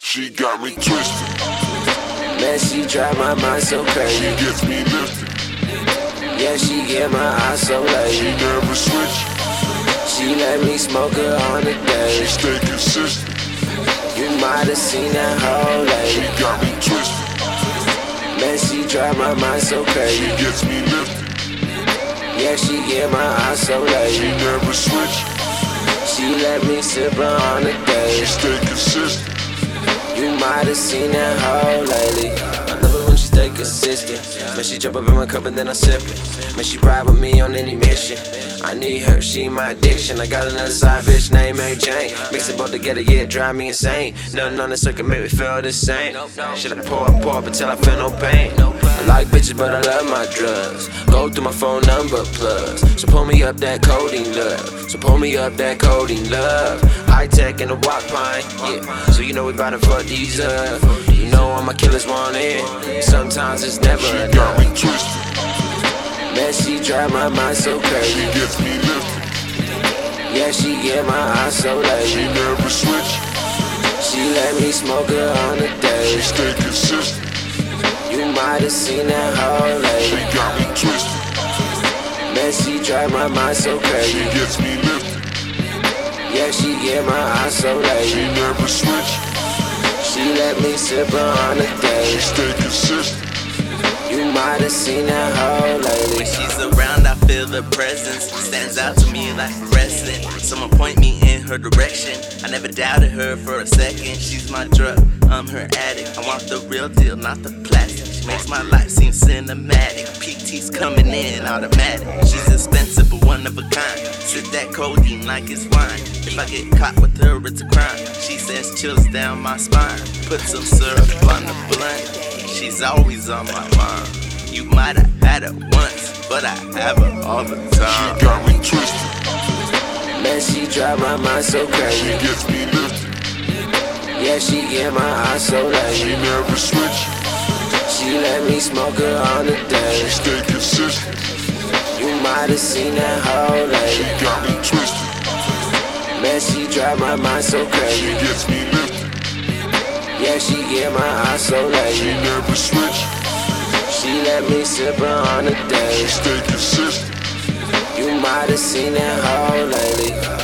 She got me twisted. Man, she drive my mind so She crazy. gets me lifted. Yeah, she get my eyes so She lazy. never switches. She let me smoke her on the She day. stay consistent. You might have seen that whole She lady. got me twisted. Man, she drive my mind so She crazy. gets me lifted. Yeah, she get my eyes so She lazy. never switches. She let me sip her on the She day. stay consistent. You might have seen that hoe lately. I love it when she stay consistent. Man, she jump up in my cup and then I sip it. Man, she ride with me on any mission. I need her, she my addiction. I got another side bitch named Mary Jane. Mix it both together, yeah, it drive me insane. Nothing on this circuit make me feel the same. Should I pour, I pour up until I feel no pain. I like bitches, but I love my drugs. Go through my phone number plugs. So pull me up that codeine love. So pull me up that codeine love. High tech and a walk pine. Yeah. So you know we bout to fuck these up. You know all my killers want in. Sometimes it's She never got me enough. twisted. Man, she drive my mind so She crazy. gets me lifted. Yeah, she get my eyes so She lazy. never switches. She let me smoke her on the She day. stay consistent. You might have seen that She whole lady. got me twisted. Man, she drive my mind so She crazy. gets me lifted. Yeah, she get my eyes so She lazy. never switches. She let me sip her on the She day. stay consistent. You might have seen that hoe lately. When she's around, I feel her presence. Stands out to me like a wrestling. Someone point me in her direction. I never doubted her for a second. She's my drug, I'm her addict. I want the real deal, not the plastic. She makes my life seem cinematic. PT's coming in automatic. She's expensive, but one of a kind. Sip that codeine like it's wine. If I get caught with her, it's a crime. She sends chills down my spine. Put some syrup on the blunt. She's always on my mind. You might have had it once, but I have her all the She time. got me twisted. Man, she drive my mind so She crazy. gets me lifted. Yeah, she get my eyes so She lazy. never switches. She let me smoke her on the She day. stay consistent. You might have seen that hoe She lady. got me twisted. Man, she drive my mind so She crazy. gets me lifted. Yeah, she get my eyes so She lazy. never switches. She let me sip her on the She day. stay consistent. You might have seen that hoe lately.